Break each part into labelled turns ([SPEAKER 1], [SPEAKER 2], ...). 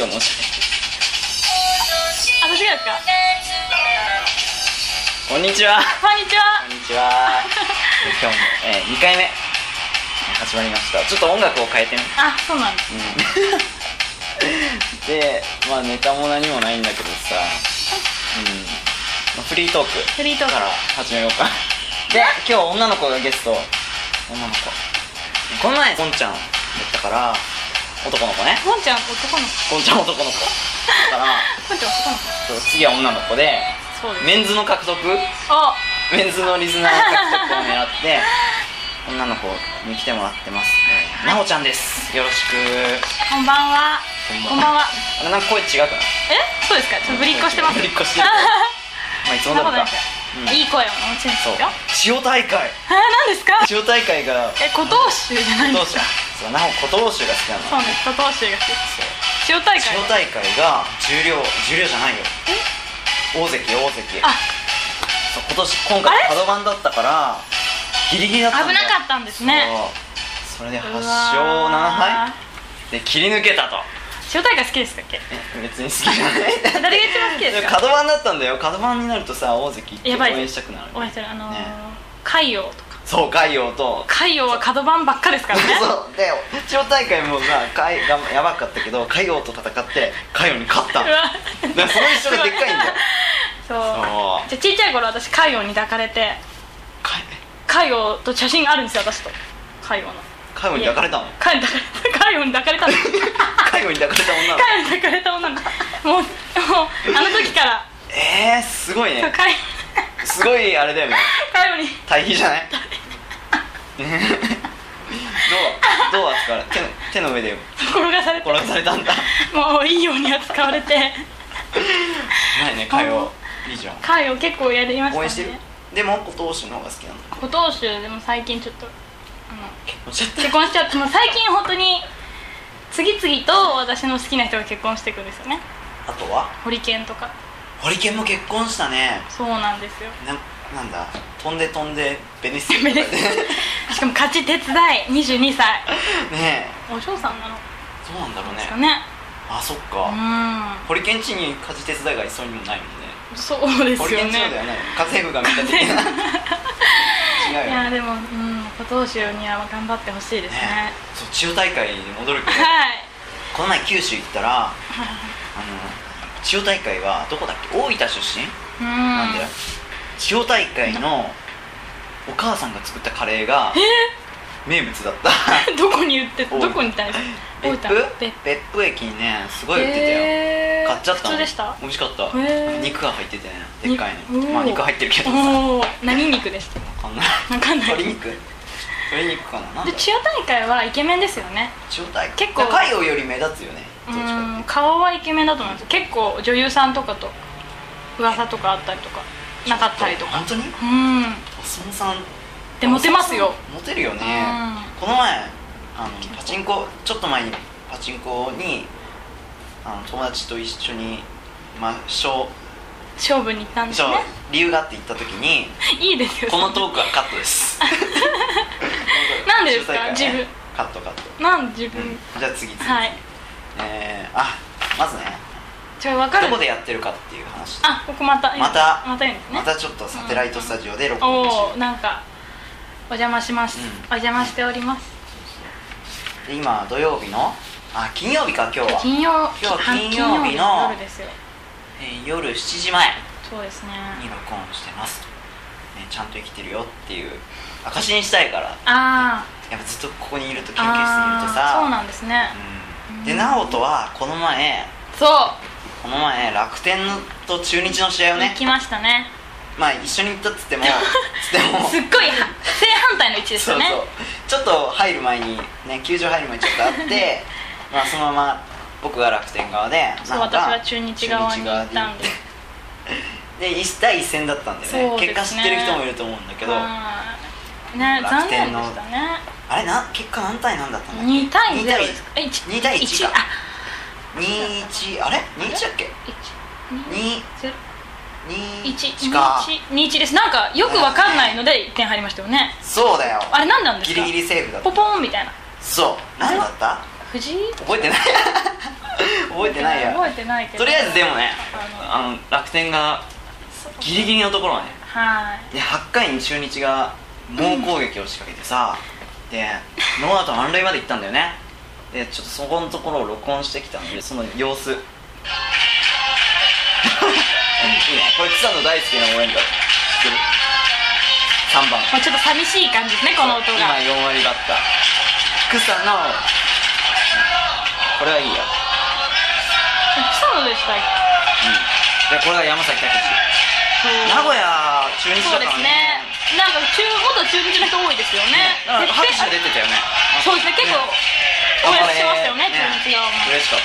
[SPEAKER 1] がもし
[SPEAKER 2] 私がですか
[SPEAKER 1] こんにちは
[SPEAKER 2] こんにちは
[SPEAKER 1] こんにちは今日も、えー、2回目えー始まりましたちょっと音楽を変えてね、
[SPEAKER 2] あそうなんです
[SPEAKER 1] うん、でまあネタも何もないんだけどさ、うんまあ、フリートーク
[SPEAKER 2] フリートー
[SPEAKER 1] だ
[SPEAKER 2] ク
[SPEAKER 1] から始めようかで今日女の子がゲスト女の子この前ゴンちゃんだったから男の子ね
[SPEAKER 2] ゴンちゃん男の子
[SPEAKER 1] ゴンちゃん男の子だから
[SPEAKER 2] ゴンちゃん男の子
[SPEAKER 1] そう次は女の子で
[SPEAKER 2] そうです
[SPEAKER 1] メンズの獲得
[SPEAKER 2] あ
[SPEAKER 1] メンズのリスナー獲得を狙って女の子に来てもらってますえーなおちゃんですよろしく
[SPEAKER 2] こんばんは
[SPEAKER 1] こ
[SPEAKER 2] こんばんは
[SPEAKER 1] あれなんか声違うかな
[SPEAKER 2] えそうですかちょっとぶりっこしてます
[SPEAKER 1] ぶりっこしてるまあいつ
[SPEAKER 2] そ
[SPEAKER 1] も
[SPEAKER 2] ん
[SPEAKER 1] ど
[SPEAKER 2] な
[SPEAKER 1] お
[SPEAKER 2] こ
[SPEAKER 1] り
[SPEAKER 2] とな
[SPEAKER 1] か
[SPEAKER 2] いです
[SPEAKER 1] うんそう
[SPEAKER 2] よ いい声をお持ちですよ え
[SPEAKER 1] 千代大会
[SPEAKER 2] 何ですか
[SPEAKER 1] 千代大会が
[SPEAKER 2] え古藤衆じゃないん
[SPEAKER 1] 古
[SPEAKER 2] で
[SPEAKER 1] 藤州
[SPEAKER 2] すか
[SPEAKER 1] そうなお古藤州が好きなの
[SPEAKER 2] そうなんです古藤衆が
[SPEAKER 1] そう
[SPEAKER 2] 千代大
[SPEAKER 1] 千
[SPEAKER 2] 会
[SPEAKER 1] 代大会が重量重量じゃないよ大関大関
[SPEAKER 2] あ
[SPEAKER 1] そう今年今回
[SPEAKER 2] あれ
[SPEAKER 1] カド番だったからギリギリだったんだよ
[SPEAKER 2] 危なかったんですね
[SPEAKER 1] そうそれで8
[SPEAKER 2] う
[SPEAKER 1] 勝
[SPEAKER 2] わ
[SPEAKER 1] 7敗
[SPEAKER 2] ー
[SPEAKER 1] で切り抜けたと
[SPEAKER 2] 千代大会好きですかっけ
[SPEAKER 1] え別に好きじゃない
[SPEAKER 2] 誰が一番好きですか
[SPEAKER 1] 角番だったんだよ角番になるとさ大関って
[SPEAKER 2] や
[SPEAKER 1] 応
[SPEAKER 2] ばい
[SPEAKER 1] 援したくなる
[SPEAKER 2] 応援してるあのー
[SPEAKER 1] ね
[SPEAKER 2] 海洋とか
[SPEAKER 1] そう海洋と
[SPEAKER 2] 海洋は角番ばっかですからね
[SPEAKER 1] そうで地方大会もさ海がやばかったけど海洋と戦って海洋に勝った
[SPEAKER 2] うわ
[SPEAKER 1] だからその一緒がでっかいんだよ
[SPEAKER 2] そう
[SPEAKER 1] そう
[SPEAKER 2] じゃあちっちゃい頃私海洋に抱かれて
[SPEAKER 1] 海
[SPEAKER 2] 海洋と写真あるんですよ私と海洋の
[SPEAKER 1] 海洋に抱かれたの
[SPEAKER 2] 海洋に抱かれた海洋に抱 かれたんで
[SPEAKER 1] 海
[SPEAKER 2] す
[SPEAKER 1] 洋に抱かれた女の子
[SPEAKER 2] 海洋に抱かれた女の子もうもうあの時から
[SPEAKER 1] えー、すごい
[SPEAKER 2] そう
[SPEAKER 1] ね
[SPEAKER 2] 海
[SPEAKER 1] すごいあれだよね
[SPEAKER 2] 海洋に
[SPEAKER 1] 対比じゃないねどうどう扱われ手の手の上で
[SPEAKER 2] 転がされて
[SPEAKER 1] 転がされた んだ
[SPEAKER 2] もういいように扱われて
[SPEAKER 1] ないね会話いいじゃん
[SPEAKER 2] 海洋結構やりましたね
[SPEAKER 1] 応援してるでも後藤氏の方が好きなんだ
[SPEAKER 2] 古東州でも最近ちょっとあの
[SPEAKER 1] 結婚しちゃっ
[SPEAKER 2] 結婚しちゃってもう最近本当に次々と私の好きな人が結婚していくんですよね
[SPEAKER 1] たあとは
[SPEAKER 2] ホリケンとか
[SPEAKER 1] ホリケンも結婚したね
[SPEAKER 2] そうなんですよ
[SPEAKER 1] なんなんだ飛んで飛んでベネッセ
[SPEAKER 2] ベネッセしかも勝ち手伝い22歳
[SPEAKER 1] ねえ
[SPEAKER 2] お嬢さんなの
[SPEAKER 1] そうなんだろう
[SPEAKER 2] ですか
[SPEAKER 1] ね
[SPEAKER 2] ね
[SPEAKER 1] あそっ
[SPEAKER 2] う
[SPEAKER 1] かホリケン家に家事手伝いがいそうにもないもんね
[SPEAKER 2] んそうです
[SPEAKER 1] ホリケ
[SPEAKER 2] よ
[SPEAKER 1] ン家のでは
[SPEAKER 2] ね
[SPEAKER 1] ない家政婦が見た的な 違う
[SPEAKER 2] い
[SPEAKER 1] よね
[SPEAKER 2] やでもうん古藤州には頑張ってほしいです
[SPEAKER 1] ね
[SPEAKER 2] ね、
[SPEAKER 1] そう千代大会に戻るけど
[SPEAKER 2] はい
[SPEAKER 1] この前九州行ったらあの千代大会はどこだっけ大分出身、
[SPEAKER 2] うん
[SPEAKER 1] なんだよ千代大会のお母さんが作ったカレーが名物だった
[SPEAKER 2] どこに売って
[SPEAKER 1] おう
[SPEAKER 2] どこにいたんですか
[SPEAKER 1] 別
[SPEAKER 2] 大
[SPEAKER 1] 府
[SPEAKER 2] 分別
[SPEAKER 1] 別府駅にねすごい売ってたよ、
[SPEAKER 2] へー
[SPEAKER 1] 買っちゃったの
[SPEAKER 2] 普通でした
[SPEAKER 1] 美味しかった、
[SPEAKER 2] へー
[SPEAKER 1] 肉が入っててねでっかいの
[SPEAKER 2] に
[SPEAKER 1] まあ肉入ってるけどさわ
[SPEAKER 2] おお何肉でした
[SPEAKER 1] かんない
[SPEAKER 2] わかんない
[SPEAKER 1] 鶏肉鶏肉かななんだ
[SPEAKER 2] で
[SPEAKER 1] ろう
[SPEAKER 2] 千代大会はイケメンですよね
[SPEAKER 1] 千代大会
[SPEAKER 2] 結構
[SPEAKER 1] 海洋より目立つよね
[SPEAKER 2] う
[SPEAKER 1] どっちかって
[SPEAKER 2] ん顔はイケメンだと思うんです結構女優さんとかと噂とかあったりとかなかったりとか
[SPEAKER 1] 本当に
[SPEAKER 2] うん
[SPEAKER 1] お相撲さん
[SPEAKER 2] でモテますよ
[SPEAKER 1] モテるよねこの前あのパチンコちょっと前にパチンコにあの友達と一緒にまあ小
[SPEAKER 2] 勝負に行ったんです
[SPEAKER 1] 小
[SPEAKER 2] ね
[SPEAKER 1] 理由があって行った時 に
[SPEAKER 2] いいですよ
[SPEAKER 1] このトークはカットです
[SPEAKER 2] なんでですか
[SPEAKER 1] 小大会ね
[SPEAKER 2] 自分
[SPEAKER 1] カットカット、
[SPEAKER 2] なん自
[SPEAKER 1] う
[SPEAKER 2] 分、
[SPEAKER 1] ん、じゃあ次次、
[SPEAKER 2] はい
[SPEAKER 1] えー、あまずね
[SPEAKER 2] ちょ分かる
[SPEAKER 1] どこでやってるかっていう話
[SPEAKER 2] あここまた
[SPEAKER 1] また
[SPEAKER 2] またいいんですね
[SPEAKER 1] またちょっとサテライトスタジオで録音して
[SPEAKER 2] おおなんかお邪魔します、
[SPEAKER 1] うん
[SPEAKER 2] お邪魔しております
[SPEAKER 1] で今土曜日のあ金曜日か今日は、
[SPEAKER 2] 金曜
[SPEAKER 1] 今日は金曜日の
[SPEAKER 2] 半金曜夜ですよ
[SPEAKER 1] えー夜7時前
[SPEAKER 2] そうですね
[SPEAKER 1] に録音してます、ね、ちゃんと生きてるよっていう証にしたいから
[SPEAKER 2] あー
[SPEAKER 1] やっぱずっとここにいると研究室にい
[SPEAKER 2] あ
[SPEAKER 1] ると
[SPEAKER 2] ーそう
[SPEAKER 1] さ
[SPEAKER 2] なんですね
[SPEAKER 1] うんで直人はこの前
[SPEAKER 2] そう
[SPEAKER 1] この前楽天と中日の試合を
[SPEAKER 2] 行
[SPEAKER 1] ね
[SPEAKER 2] きましたね
[SPEAKER 1] まあ一緒に行ったっつっ てもつっても
[SPEAKER 2] すっごいは正反対の位置です
[SPEAKER 1] そうそ
[SPEAKER 2] よ
[SPEAKER 1] う
[SPEAKER 2] ね
[SPEAKER 1] ちょっと入る前にね球場入る前にちょっとあって まあそのまま僕が楽天側で
[SPEAKER 2] そう
[SPEAKER 1] 直人が
[SPEAKER 2] 私は中日側に行ったん
[SPEAKER 1] 中日側に
[SPEAKER 2] で
[SPEAKER 1] で一第一戦だったんでね
[SPEAKER 2] そうです
[SPEAKER 1] 結
[SPEAKER 2] ね
[SPEAKER 1] 果知ってる人もいると思うんだけどあ
[SPEAKER 2] はいね
[SPEAKER 1] 楽
[SPEAKER 2] 残
[SPEAKER 1] 天
[SPEAKER 2] 念
[SPEAKER 1] の
[SPEAKER 2] でしたね
[SPEAKER 1] れな結果何対何だったんだっけ
[SPEAKER 2] 2対0
[SPEAKER 1] 2対
[SPEAKER 2] ですかえ1
[SPEAKER 1] 2対1か
[SPEAKER 2] あ
[SPEAKER 1] 21あれ21だっけ21か
[SPEAKER 2] 121ですなんかよくわかんないので1点入りましたよね
[SPEAKER 1] そうだよ
[SPEAKER 2] あれ何なんです
[SPEAKER 1] ギ
[SPEAKER 2] か
[SPEAKER 1] リギリセーフだっ
[SPEAKER 2] ポ
[SPEAKER 1] た
[SPEAKER 2] ポーンみたいな
[SPEAKER 1] そう何だった
[SPEAKER 2] 藤井
[SPEAKER 1] 覚えてない 覚えてないや
[SPEAKER 2] 覚えてないけど
[SPEAKER 1] とりあえずでもね
[SPEAKER 2] あ
[SPEAKER 1] あの楽天が
[SPEAKER 2] の
[SPEAKER 1] ギリギリのところまで
[SPEAKER 2] はい
[SPEAKER 1] で8回に中日が猛攻撃を仕掛けてさ、でノーアウト満塁まで行ったんだよねでちょっとそこのところを録音してきたんでその様子 いいねこれ草野大好きな応援歌知ってる3番
[SPEAKER 2] もうちょっと寂しい感じですねこの音
[SPEAKER 1] 今
[SPEAKER 2] が
[SPEAKER 1] 4割だった草野これはいいよ
[SPEAKER 2] 草野でしたっ
[SPEAKER 1] うんでこれが山崎拓
[SPEAKER 2] け
[SPEAKER 1] 名古屋中日
[SPEAKER 2] そう
[SPEAKER 1] だか
[SPEAKER 2] で
[SPEAKER 1] ら
[SPEAKER 2] すねなんか中元中日の人多いですよね
[SPEAKER 1] だから拍手
[SPEAKER 2] 絶対
[SPEAKER 1] 出てたよね
[SPEAKER 2] そうですね結構応援してましたよね中日側も
[SPEAKER 1] 嬉しかっ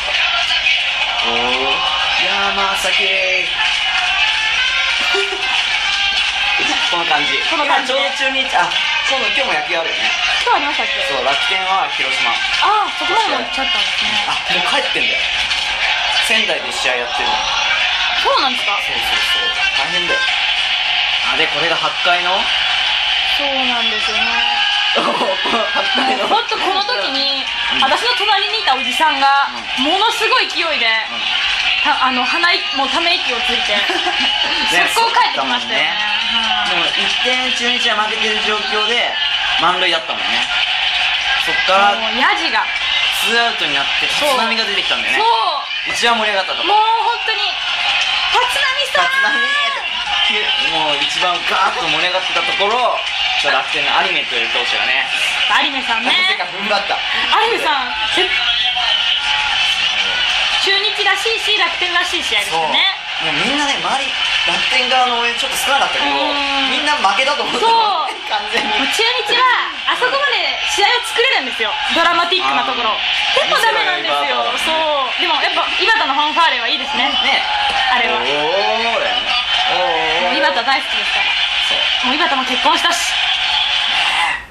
[SPEAKER 1] たおお山 崎この感じ
[SPEAKER 2] この感じ
[SPEAKER 1] 今ちょうど中日あそうだ今日も野球あるよね
[SPEAKER 2] 今日ありましたっけ
[SPEAKER 1] そう楽天は広島
[SPEAKER 2] ああそこまでも行っちゃったんですね
[SPEAKER 1] あもう帰ってんだよ仙台で試合やってるの
[SPEAKER 2] そうなんですか
[SPEAKER 1] そうそうそう大変だよあでこれが8回 の
[SPEAKER 2] そうなんですよね
[SPEAKER 1] 8回の
[SPEAKER 2] 本当この時に私の隣にいたおじさんがものすごい勢いで、たあの鼻いもうため息をつい て速攻帰ってきましたよね
[SPEAKER 1] でも1点中日は負けてる状況で満塁だったもんねそっ
[SPEAKER 2] はい
[SPEAKER 1] から
[SPEAKER 2] もうヤジが
[SPEAKER 1] ツーアウトになって立
[SPEAKER 2] そ
[SPEAKER 1] 浪
[SPEAKER 2] う
[SPEAKER 1] が出てきたんだよ
[SPEAKER 2] そ
[SPEAKER 1] ね
[SPEAKER 2] う
[SPEAKER 1] 一番盛り上がったと
[SPEAKER 2] も
[SPEAKER 1] 思う
[SPEAKER 2] う本当に立
[SPEAKER 1] 立
[SPEAKER 2] 浪さ
[SPEAKER 1] 浪
[SPEAKER 2] ん
[SPEAKER 1] ってもう一番ガーッと盛り上がってたところ楽天のアニメという投手がね
[SPEAKER 2] アニメさん
[SPEAKER 1] なぜ
[SPEAKER 2] ね
[SPEAKER 1] か踏ん張った
[SPEAKER 2] アニメさんせ中日らしいし楽天らしい試合でし
[SPEAKER 1] そう
[SPEAKER 2] た
[SPEAKER 1] もう
[SPEAKER 2] ね
[SPEAKER 1] みんなね周り楽天側の応援ちょっと少なかったけど
[SPEAKER 2] うん
[SPEAKER 1] みんな負けたと思ってたもんね完全
[SPEAKER 2] もう
[SPEAKER 1] に
[SPEAKER 2] 中日はあそこまで試合を作れるんですよドラマティックなところ
[SPEAKER 1] あー
[SPEAKER 2] でもダメなんですよ
[SPEAKER 1] 見せ
[SPEAKER 2] そ
[SPEAKER 1] ろ
[SPEAKER 2] うでもやっぱ井端のファンファーレはいいですね
[SPEAKER 1] ね
[SPEAKER 2] あれは
[SPEAKER 1] お
[SPEAKER 2] も
[SPEAKER 1] ーだよねおー
[SPEAKER 2] う井端大好きですから
[SPEAKER 1] そう
[SPEAKER 2] もう井端も結婚したし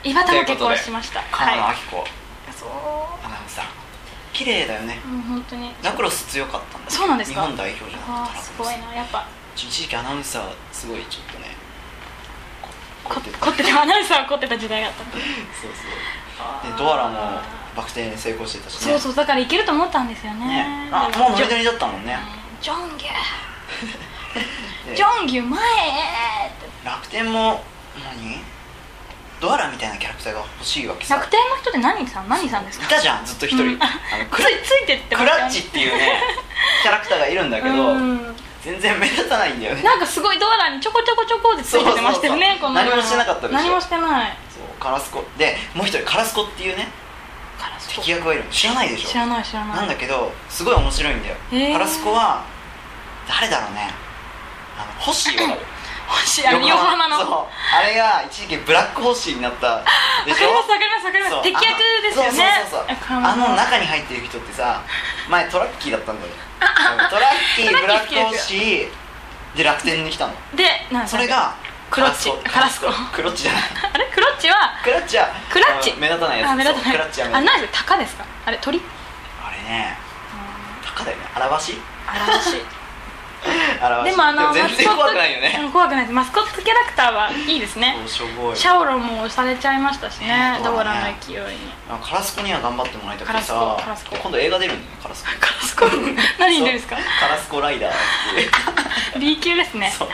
[SPEAKER 2] 井端も結婚しました
[SPEAKER 1] 川野
[SPEAKER 2] はい
[SPEAKER 1] 明子
[SPEAKER 2] そ
[SPEAKER 1] アナウンサー綺麗だよね
[SPEAKER 2] うもう本当に
[SPEAKER 1] ラクロス強かったんだよ
[SPEAKER 2] そうなんですか
[SPEAKER 1] 日本代表じゃなかっ
[SPEAKER 2] あ
[SPEAKER 1] たら
[SPEAKER 2] ーすごいなやっぱ
[SPEAKER 1] 一時期アナウンサーすごいちょっとね
[SPEAKER 2] こ
[SPEAKER 1] てた
[SPEAKER 2] 凝ってたアナウンサーが凝ってた時代があった
[SPEAKER 1] そうそうでドアラもバク転に成功してたしね
[SPEAKER 2] そうそうだからいけると思ったんですよね
[SPEAKER 1] ねあもうノリノ
[SPEAKER 2] ジョン
[SPEAKER 1] リだったもんね
[SPEAKER 2] ジョンギュ
[SPEAKER 1] で
[SPEAKER 2] ジョンギュ前へって
[SPEAKER 1] 楽天も何ドアラみたいなキャラクターが欲しいわけさ
[SPEAKER 2] 楽天の人って何さん何さんです
[SPEAKER 1] い
[SPEAKER 2] か
[SPEAKER 1] たじゃんずっと一人、
[SPEAKER 2] うん
[SPEAKER 1] あの
[SPEAKER 2] つ
[SPEAKER 1] クラ
[SPEAKER 2] いついてって
[SPEAKER 1] クラッチっ
[SPEAKER 2] だ
[SPEAKER 1] ていうねキャラクターがいるんだけど
[SPEAKER 2] うん、
[SPEAKER 1] 全然目立たないんだよね
[SPEAKER 2] なんかすごいドアラにちょこちょこちょこってついててましたよね
[SPEAKER 1] そうそうそう
[SPEAKER 2] この
[SPEAKER 1] 何もしてなかったでしょ
[SPEAKER 2] 何もしてない
[SPEAKER 1] そうカラスコでもう一人カラスコっていうね
[SPEAKER 2] カラスコ
[SPEAKER 1] 敵役がいるの知らないでしょ
[SPEAKER 2] 知らない知らない
[SPEAKER 1] なんだけどすごい面白いんだよ
[SPEAKER 2] へー
[SPEAKER 1] カラスコは誰だろうねあのホッシ ーわかる
[SPEAKER 2] 星あの横浜のわ
[SPEAKER 1] そうあれが一時期ブラックホッシーにな った
[SPEAKER 2] か
[SPEAKER 1] で
[SPEAKER 2] りま
[SPEAKER 1] しょ
[SPEAKER 2] すわかりますわかりま
[SPEAKER 1] そう
[SPEAKER 2] す敵役ですよね
[SPEAKER 1] あのそうそうそうそうあ
[SPEAKER 2] わかります
[SPEAKER 1] の中に入ってる人ってさ前トラッキーだったんだ よそうトラッキーブ
[SPEAKER 2] トラ
[SPEAKER 1] ラ
[SPEAKER 2] ッ
[SPEAKER 1] ッ
[SPEAKER 2] キ
[SPEAKER 1] ク
[SPEAKER 2] ー
[SPEAKER 1] ホ
[SPEAKER 2] 好き
[SPEAKER 1] ッ
[SPEAKER 2] です
[SPEAKER 1] シーで楽天に来たの
[SPEAKER 2] でなんだ
[SPEAKER 1] それが
[SPEAKER 2] クロッチ
[SPEAKER 1] カラスコ
[SPEAKER 2] カラスコ
[SPEAKER 1] クロッチじゃない
[SPEAKER 2] あれクロッチは
[SPEAKER 1] クラッチは
[SPEAKER 2] クラッチ
[SPEAKER 1] あの目立たないやつ
[SPEAKER 2] あ目立た
[SPEAKER 1] そ
[SPEAKER 2] な
[SPEAKER 1] う
[SPEAKER 2] い
[SPEAKER 1] クラッチは目
[SPEAKER 2] あ
[SPEAKER 1] 立たない
[SPEAKER 2] 何ですか鷹ですかあれ鳥うん
[SPEAKER 1] あれね高だよねあらわし
[SPEAKER 2] あらしい
[SPEAKER 1] あらわし
[SPEAKER 2] でもあの
[SPEAKER 1] 全然
[SPEAKER 2] マスコット
[SPEAKER 1] 怖くないよね
[SPEAKER 2] うん怖くないですマスコットキャラクターはいいですね
[SPEAKER 1] そうしょぼい
[SPEAKER 2] シャオロンも押されちゃいましたしね
[SPEAKER 1] ね
[SPEAKER 2] ドーラの勢いに
[SPEAKER 1] あカラスコには頑張ってもらいたくて
[SPEAKER 2] カラ
[SPEAKER 1] さ
[SPEAKER 2] スコカラスコ
[SPEAKER 1] 今度映画出るんだよねカラスコ
[SPEAKER 2] カラスコ 何に出るんですか
[SPEAKER 1] そうカラスコライダーっていう
[SPEAKER 2] B 級です ね
[SPEAKER 1] そう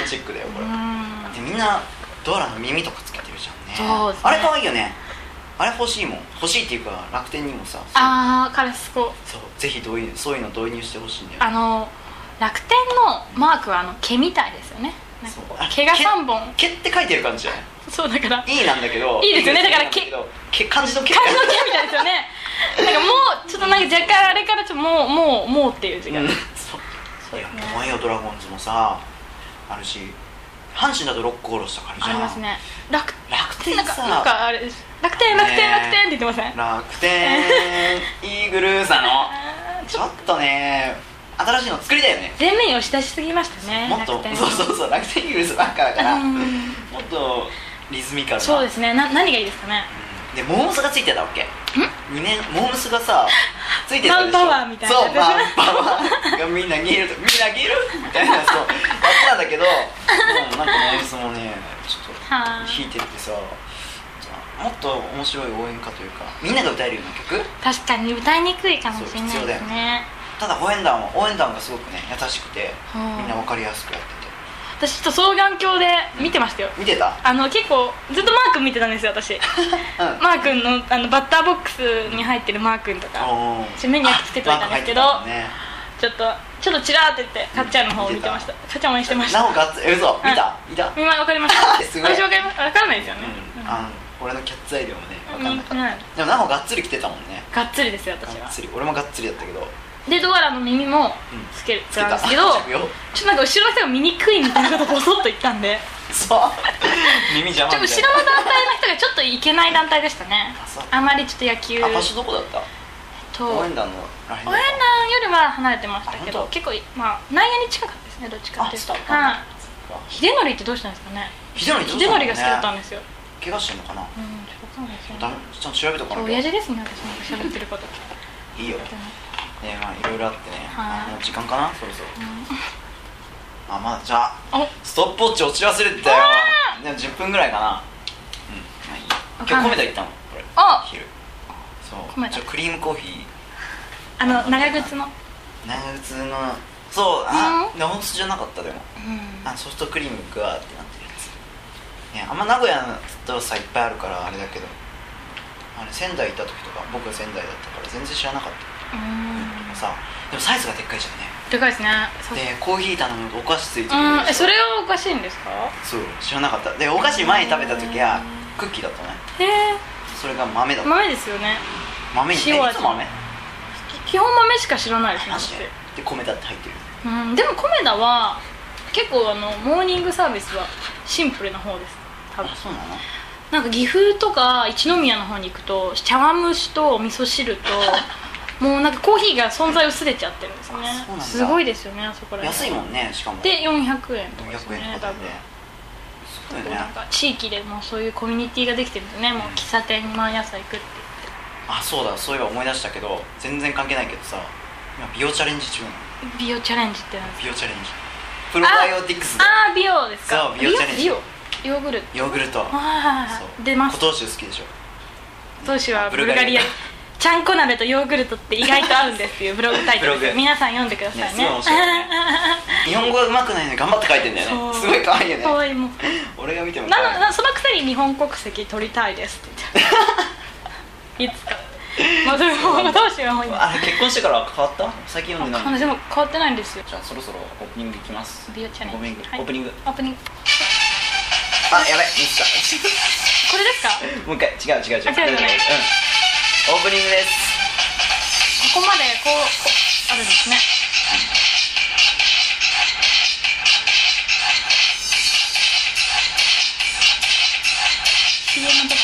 [SPEAKER 1] 要チェックだよこ
[SPEAKER 2] う
[SPEAKER 1] れ
[SPEAKER 2] ん
[SPEAKER 1] でみんなドアラの耳とかつけてるじゃんね
[SPEAKER 2] そうですね
[SPEAKER 1] あれ可愛いよねあれ欲しいもん欲しいっていうか楽天にもさ
[SPEAKER 2] あーカラスコ
[SPEAKER 1] そうぜひどういうそういうの導入してほしいんだよね
[SPEAKER 2] あの楽天のマークはあの毛みたいですよねなんかこう
[SPEAKER 1] そうあ
[SPEAKER 2] 毛が
[SPEAKER 1] 毛
[SPEAKER 2] 3本
[SPEAKER 1] 毛って書いてる感じじゃない
[SPEAKER 2] そうだから
[SPEAKER 1] いいなんだけど
[SPEAKER 2] いいですよねだか
[SPEAKER 1] い
[SPEAKER 2] ら
[SPEAKER 1] いなんけどけ漢字の毛
[SPEAKER 2] 感じの毛みたいですよねなんかもうちょっとなんか若干あれからちょっともうもうもうっていう字が、
[SPEAKER 1] うん
[SPEAKER 2] そう
[SPEAKER 1] そういや
[SPEAKER 2] ね
[SPEAKER 1] お前よドラゴンズもさあるし阪神だとロック殺しとかあるじ
[SPEAKER 2] あ
[SPEAKER 1] ゃん
[SPEAKER 2] りますね楽
[SPEAKER 1] 楽天
[SPEAKER 2] なんかなん
[SPEAKER 1] さ
[SPEAKER 2] かあれです楽天楽天
[SPEAKER 1] ね
[SPEAKER 2] 楽天って言ってません
[SPEAKER 1] 楽 天イーグルさの
[SPEAKER 2] あーち
[SPEAKER 1] ち
[SPEAKER 2] ょっ
[SPEAKER 1] ょっとね新しいの作りだよね
[SPEAKER 2] と前面に押し出しすぎましたね
[SPEAKER 1] もっと
[SPEAKER 2] 楽天
[SPEAKER 1] そうそうそう楽天イーグルスばっかだから
[SPEAKER 2] うん
[SPEAKER 1] もっとリズミカルな
[SPEAKER 2] そうですねな何がいいですかね
[SPEAKER 1] うんでモームスがついてたわけ2年モームスがさついてたでしょ
[SPEAKER 2] マンパワーみたいな
[SPEAKER 1] そうマンパワーがみんなゲールとみんなゲールみたいなそうやってたんだけどでもなんかモームスもねちょっと
[SPEAKER 2] はー
[SPEAKER 1] 弾いてってさもっと面白い応援歌というかみんなが歌えるような曲
[SPEAKER 2] 確かに歌いにくいかもしれない
[SPEAKER 1] そう必要だ
[SPEAKER 2] で
[SPEAKER 1] よ
[SPEAKER 2] すね
[SPEAKER 1] ただ応援団は応援団がすごくね優しくて
[SPEAKER 2] はあ
[SPEAKER 1] みんな分かりやすくやってて
[SPEAKER 2] 私ちょっと双眼鏡で見てましたよ
[SPEAKER 1] 見てた
[SPEAKER 2] あの結構ずっとマー君見てたんですよ 私
[SPEAKER 1] うん
[SPEAKER 2] マー君のあのバッターボックスに入ってるマー君とか
[SPEAKER 1] おー
[SPEAKER 2] ちょ目に焼き付けといたんですけど
[SPEAKER 1] なんか入って
[SPEAKER 2] ちょっとちょっとチラーって言ってかっちゃんの方を見てましたかっちゃん応援して
[SPEAKER 1] たもんね
[SPEAKER 2] ました
[SPEAKER 1] なおかつえ嘘
[SPEAKER 2] うん
[SPEAKER 1] 見た見たうん
[SPEAKER 2] みんなわかりました
[SPEAKER 1] す
[SPEAKER 2] 私
[SPEAKER 1] ごい
[SPEAKER 2] わかりまわかんないですよね、うん
[SPEAKER 1] あの俺のキャッツアイでもね分かんなか
[SPEAKER 2] うん
[SPEAKER 1] っ
[SPEAKER 2] ね
[SPEAKER 1] たでもなおがっつり来てたもんね
[SPEAKER 2] がっつりですよ私
[SPEAKER 1] が
[SPEAKER 2] は
[SPEAKER 1] っつり俺もがっつりやったけど
[SPEAKER 2] でドアラの耳もつける
[SPEAKER 1] つ
[SPEAKER 2] つけたんですけど
[SPEAKER 1] つ けよ
[SPEAKER 2] ちょっとなんか後ろの人が見にくいみたいなことをボソッと言った んで
[SPEAKER 1] そう耳邪
[SPEAKER 2] ちょ
[SPEAKER 1] 魔
[SPEAKER 2] っと
[SPEAKER 1] み
[SPEAKER 2] 後
[SPEAKER 1] たい
[SPEAKER 2] ろ
[SPEAKER 1] な
[SPEAKER 2] の団体の人がちょっといけない団体でしたね
[SPEAKER 1] あそう
[SPEAKER 2] あまりちょっと野球
[SPEAKER 1] あ場所どこだった
[SPEAKER 2] と
[SPEAKER 1] 応
[SPEAKER 2] 応
[SPEAKER 1] 援
[SPEAKER 2] 援
[SPEAKER 1] 団のらへん
[SPEAKER 2] 団よりは離れてましたけ
[SPEAKER 1] あ本
[SPEAKER 2] ど
[SPEAKER 1] 当
[SPEAKER 2] 結構まあ内野に近かったですねどっちかっ
[SPEAKER 1] あ
[SPEAKER 2] ていう
[SPEAKER 1] そ
[SPEAKER 2] と
[SPEAKER 1] うだったんだ
[SPEAKER 2] はい秀則ってどうしたんですかね
[SPEAKER 1] 秀則どうした
[SPEAKER 2] 秀
[SPEAKER 1] の
[SPEAKER 2] 則
[SPEAKER 1] ね
[SPEAKER 2] が好きだったんですよ
[SPEAKER 1] 怪我してんのかな
[SPEAKER 2] うんちょっとわかんないですよ
[SPEAKER 1] だめ
[SPEAKER 2] ね
[SPEAKER 1] ちゃんと調べとかなきゃ
[SPEAKER 2] 親父ですね私なんか喋ってること
[SPEAKER 1] いいよねまあいろいろあってね
[SPEAKER 2] はい
[SPEAKER 1] もう時間かなそろそろ
[SPEAKER 2] うん
[SPEAKER 1] あまあじゃあ
[SPEAKER 2] お
[SPEAKER 1] ストップウォッチ落ち忘れてたよでも10分ぐらいかなうんまあいいよ
[SPEAKER 2] わ
[SPEAKER 1] 今
[SPEAKER 2] か
[SPEAKER 1] 日
[SPEAKER 2] んない
[SPEAKER 1] 米田行ったのこれ
[SPEAKER 2] あ
[SPEAKER 1] 昼そ
[SPEAKER 2] 米
[SPEAKER 1] う
[SPEAKER 2] 田
[SPEAKER 1] ちょクリームコーヒ
[SPEAKER 2] あの長靴の
[SPEAKER 1] ー長靴のそうあ長靴じゃなかったでも
[SPEAKER 2] うん
[SPEAKER 1] あソフトクリームグワーってなってるやつねあんま名古屋とさいっぱいあるからあれだけどあれ仙台行った時とか僕が仙台だったから全然知らなかったでも
[SPEAKER 2] う
[SPEAKER 1] さでもサイズがでっかいじゃんね
[SPEAKER 2] んでかいですねそう
[SPEAKER 1] でコーヒー頼むとお菓子ついてくる
[SPEAKER 2] うん
[SPEAKER 1] で
[SPEAKER 2] え
[SPEAKER 1] しょ
[SPEAKER 2] それはおかしいんですか
[SPEAKER 1] そう知らなかったでお菓子前に食べた時は
[SPEAKER 2] う
[SPEAKER 1] ク
[SPEAKER 2] ん
[SPEAKER 1] ッキーだったね
[SPEAKER 2] へえ
[SPEAKER 1] それが豆だった
[SPEAKER 2] 豆ですよね
[SPEAKER 1] 豆にえいつ
[SPEAKER 2] 塩
[SPEAKER 1] も
[SPEAKER 2] 味
[SPEAKER 1] 豆
[SPEAKER 2] 基本豆しか知らないですね
[SPEAKER 1] マジでで米だって入ってる
[SPEAKER 2] 私うんでもコメダは結構あのモーニングサービスはシンプルな方です多分
[SPEAKER 1] あそうなの
[SPEAKER 2] なんか岐阜とか一宮の方に行くと茶碗蒸しと味噌 汁ともうなんかコーヒーが存在薄れちゃってるんですね
[SPEAKER 1] あそうなんだ
[SPEAKER 2] すごいですよねあそこら辺
[SPEAKER 1] 安いもんねしかも
[SPEAKER 2] で400円とかです
[SPEAKER 1] 400
[SPEAKER 2] よ
[SPEAKER 1] 円
[SPEAKER 2] ね
[SPEAKER 1] とか
[SPEAKER 2] 多
[SPEAKER 1] で
[SPEAKER 2] 分
[SPEAKER 1] すごいね
[SPEAKER 2] なんか地域でもうそういうコミュニティができてるんですねもう喫茶店に毎朝行くっていう
[SPEAKER 1] あそうだそういえば思い出したけど全然関係ないけどさ今美容チャレンジ中なの
[SPEAKER 2] 美容チャレンジってなんですか
[SPEAKER 1] 美容チャレンジプロバイオティクスで
[SPEAKER 2] ああ美容ですか
[SPEAKER 1] そう美容チャレンジ
[SPEAKER 2] 美容美容ヨーグルト
[SPEAKER 1] ヨーグルト
[SPEAKER 2] あ
[SPEAKER 1] そ
[SPEAKER 2] あ
[SPEAKER 1] う
[SPEAKER 2] 出ます
[SPEAKER 1] 古東州好きでしょ
[SPEAKER 2] 当主は
[SPEAKER 1] ブ
[SPEAKER 2] ブ
[SPEAKER 1] ルガ
[SPEAKER 2] ルガ
[SPEAKER 1] リ
[SPEAKER 2] リ
[SPEAKER 1] ア
[SPEAKER 2] ア ちゃんこ鍋とヨーグルトって意外と合うんですっていうブログタイトル
[SPEAKER 1] ブログ
[SPEAKER 2] 皆さん読んでください
[SPEAKER 1] ねすごい
[SPEAKER 2] ね
[SPEAKER 1] 面白い ね日本語がうまくないのに頑張って書いてんだよね
[SPEAKER 2] そう
[SPEAKER 1] すごい可愛いよね
[SPEAKER 2] かわいいもん
[SPEAKER 1] 俺が見ても可愛い
[SPEAKER 2] なのなそのくせに日本国籍取りたいですって 言ってたいつかまあでも当主はもう今
[SPEAKER 1] あれ結婚してから変わった最近読んでない
[SPEAKER 2] 話も変わってないんですよ
[SPEAKER 1] じゃあそろそろオープニングいきます
[SPEAKER 2] 美容チャレ
[SPEAKER 1] オープニ
[SPEAKER 2] ン
[SPEAKER 1] ング
[SPEAKER 2] ジ、はい
[SPEAKER 1] オープニング
[SPEAKER 2] オープニング
[SPEAKER 1] あやばいミスっ
[SPEAKER 2] これですか
[SPEAKER 1] たもう一回違う違う違う
[SPEAKER 2] あ違う違う
[SPEAKER 1] うんオープニングです
[SPEAKER 2] ここまでこうこうあるんですねひげのとかない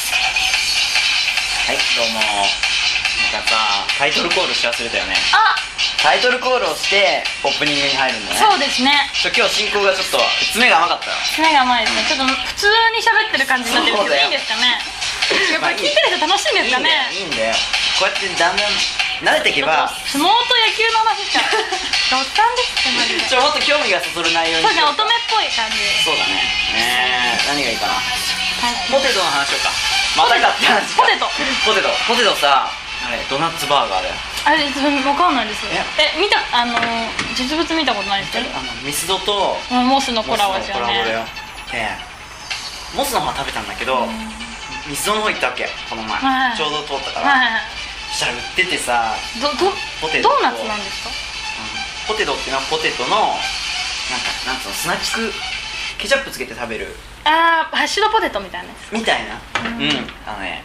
[SPEAKER 1] はいどうもなんかさタイトルコールし忘れたよね
[SPEAKER 2] あ
[SPEAKER 1] タイトルコールをしてオープニングに入るんだね
[SPEAKER 2] そうですね
[SPEAKER 1] ちょ今日進行がちょっと爪が甘かったよ
[SPEAKER 2] 目が甘いですねちょっと普通に喋ってる感じになってる
[SPEAKER 1] そう
[SPEAKER 2] けど
[SPEAKER 1] だよ
[SPEAKER 2] いいんですか
[SPEAKER 1] ま
[SPEAKER 2] ねやっ
[SPEAKER 1] あ
[SPEAKER 2] ぱ
[SPEAKER 1] いい
[SPEAKER 2] り聞いてる人楽しいんですかね
[SPEAKER 1] いいんだよいいんだよこうやってだんだん慣れていけば
[SPEAKER 2] 相撲と野球の話しちゃうおっさんですってマジで
[SPEAKER 1] ちょもっと興味がそそる内容に
[SPEAKER 2] そう
[SPEAKER 1] し
[SPEAKER 2] ね
[SPEAKER 1] よ
[SPEAKER 2] 乙
[SPEAKER 1] う
[SPEAKER 2] 女っぽい感じ
[SPEAKER 1] そうだねねえ何がいいかな
[SPEAKER 2] はい
[SPEAKER 1] ポテトの話しようかまたかって話
[SPEAKER 2] ポテト
[SPEAKER 1] ポテトポテトさあれドナッツバーガーだよ
[SPEAKER 2] あれ分かんないです
[SPEAKER 1] え
[SPEAKER 2] え見たあのー実物見たことないですけど
[SPEAKER 1] あのミスドと
[SPEAKER 2] もうモスのコ
[SPEAKER 1] モス
[SPEAKER 2] ラ
[SPEAKER 1] の
[SPEAKER 2] ボです
[SPEAKER 1] コ
[SPEAKER 2] よ
[SPEAKER 1] ラボだよ
[SPEAKER 2] ね
[SPEAKER 1] ええモスの方は食べたんだけどミスドの方行ったわけこの
[SPEAKER 2] は
[SPEAKER 1] 前
[SPEAKER 2] い
[SPEAKER 1] ちょうど通ったから、
[SPEAKER 2] はいはい
[SPEAKER 1] そしたら売っててさ
[SPEAKER 2] どど
[SPEAKER 1] ポテト
[SPEAKER 2] ドーナツなんですか
[SPEAKER 1] うんポテトっていうのはポテトのなんかなんつうのスナックケチャップつけて食べる
[SPEAKER 2] ああハッシュドポテトみたいなやつ
[SPEAKER 1] みたいなう、
[SPEAKER 2] うんん
[SPEAKER 1] あのね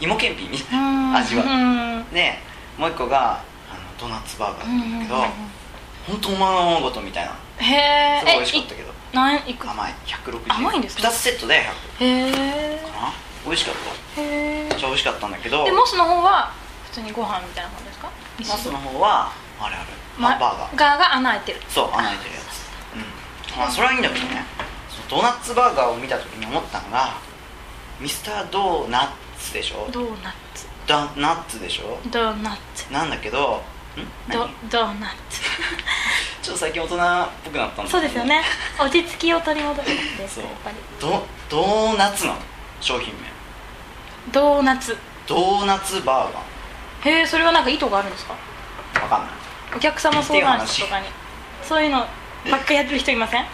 [SPEAKER 1] 芋けんぴみた
[SPEAKER 2] う
[SPEAKER 1] い
[SPEAKER 2] ん
[SPEAKER 1] な味は、
[SPEAKER 2] うん
[SPEAKER 1] でもう一個があのドーナツバーガーなんだけど、
[SPEAKER 2] うんうんうん
[SPEAKER 1] 本当お前の思うことみたいな
[SPEAKER 2] へえ
[SPEAKER 1] すごい美味しかったけど
[SPEAKER 2] 何いく
[SPEAKER 1] 甘い160円
[SPEAKER 2] 甘いんです
[SPEAKER 1] 2
[SPEAKER 2] か
[SPEAKER 1] つセットで100
[SPEAKER 2] へえ
[SPEAKER 1] かな美味しかった
[SPEAKER 2] へえ
[SPEAKER 1] めっちゃ美味しかったんだけど
[SPEAKER 2] でモスの方は普通にご飯みたいな感じですか
[SPEAKER 1] モスの方はあれあれ、ハンバーガー
[SPEAKER 2] ガーが穴開いてる
[SPEAKER 1] そう穴開いてるやつうんまあそれはいいんだけどねそのドーナツバーガーを見た時に思ったのがミスタードーナッツでしょ
[SPEAKER 2] ドーナツ
[SPEAKER 1] ダナッツでしょ
[SPEAKER 2] ドーナツ
[SPEAKER 1] なんだけど
[SPEAKER 2] ド
[SPEAKER 1] 何
[SPEAKER 2] ドーナツ
[SPEAKER 1] ちょっと最近大人っぽくなったんだ
[SPEAKER 2] そうです よね落ち着きを取り戻すです
[SPEAKER 1] そう
[SPEAKER 2] やっぱり
[SPEAKER 1] どドーナツなの商品名
[SPEAKER 2] ドーナツ
[SPEAKER 1] ドーナツバーガ
[SPEAKER 2] へえそれはなんか意図があるんですか
[SPEAKER 1] ーわかんない
[SPEAKER 2] お客様相談室とかにそういうのばっかやってる人いません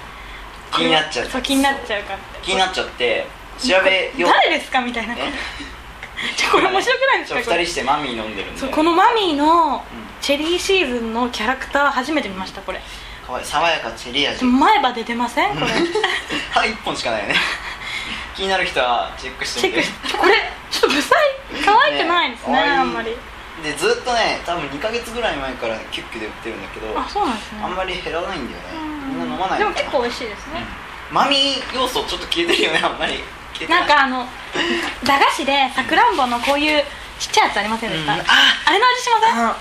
[SPEAKER 1] 気になっちゃう
[SPEAKER 2] そう気になっちゃうから
[SPEAKER 1] 気になっちゃって調べよう
[SPEAKER 2] 誰ですかみた いな
[SPEAKER 1] ね
[SPEAKER 2] じゃあこれ面白くないです
[SPEAKER 1] そう
[SPEAKER 2] か
[SPEAKER 1] 二
[SPEAKER 2] これ
[SPEAKER 1] 人してマミー飲んでるんで
[SPEAKER 2] そうこのマミーのチェリーシーズンのキャラクター初めて見ましたこれ
[SPEAKER 1] かわいい爽やかチェリー味
[SPEAKER 2] 前歯で出ません これ
[SPEAKER 1] 歯一本しかないよね 気になる人はチェックして
[SPEAKER 2] チ
[SPEAKER 1] み
[SPEAKER 2] ェッ
[SPEAKER 1] て
[SPEAKER 2] クしてこれちょっとブサい可愛くないですね
[SPEAKER 1] ね可愛い
[SPEAKER 2] あんまり
[SPEAKER 1] でずっとね多分2ヶ月ぐらい前からキュッキュで売ってるんだけど
[SPEAKER 2] あそうなんですね
[SPEAKER 1] あんまり減らないんだよね
[SPEAKER 2] うん
[SPEAKER 1] みんな飲まない
[SPEAKER 2] で
[SPEAKER 1] の
[SPEAKER 2] も
[SPEAKER 1] かな
[SPEAKER 2] 結構美味しいですね、
[SPEAKER 1] うんマミー要素ちょっと消えてるよねあんまり消えてい
[SPEAKER 2] なんかあ の駄菓子でさくらんぼのこういうちっちゃいやつありませんでした、
[SPEAKER 1] うんあ
[SPEAKER 2] あれの味しません
[SPEAKER 1] あ